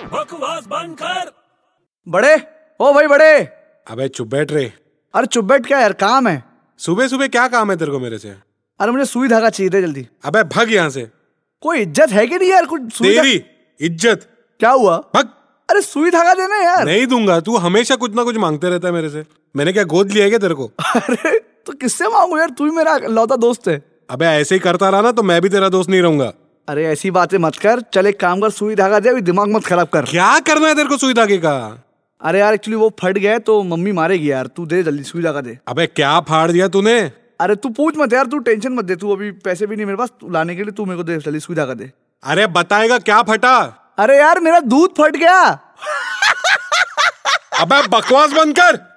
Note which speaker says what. Speaker 1: आवाज बंद कर
Speaker 2: बड़े ओ भाई बड़े अरे
Speaker 3: अबे चुप बैठ रे
Speaker 2: चुप बैठ क्या यार काम है
Speaker 3: सुबह सुबह क्या काम है तेरे को मेरे से
Speaker 2: अरे मुझे सुई धागा चाहिए था जल्दी
Speaker 3: अबे भग यहाँ से
Speaker 2: कोई इज्जत है कि नहीं यार कुछ सुई
Speaker 3: तेरी
Speaker 2: धा-
Speaker 3: इज्जत
Speaker 2: क्या हुआ
Speaker 3: भग
Speaker 2: अरे सुई धागा देना यार
Speaker 3: नहीं दूंगा तू हमेशा कुछ ना कुछ मांगते रहता है मेरे से मैंने क्या गोद लिया है क्या तेरे को
Speaker 2: अरे तो किससे मांगू यार तू ही मेरा लौता दोस्त है
Speaker 3: अबे ऐसे ही करता रहा ना तो मैं भी तेरा दोस्त नहीं रहूंगा
Speaker 2: अरे ऐसी बातें मत कर चल एक काम कर सुई धागा दे अभी दिमाग मत खराब कर
Speaker 3: क्या करना है तेरे को सुई धागे का
Speaker 2: अरे यार एक्चुअली वो फट गया है, तो मम्मी मारेगी यार तू दे जल्दी सुई धागा दे
Speaker 3: अबे क्या फाड़ दिया तूने
Speaker 2: अरे तू पूछ मत यार तू टेंशन मत दे तू अभी पैसे भी नहीं मेरे पास तू लाने के लिए तू मेरे को दे जल्दी सुई धागा दे
Speaker 3: अरे बताएगा क्या फटा
Speaker 2: अरे यार मेरा दूध फट गया
Speaker 3: अबे बकवास बंद कर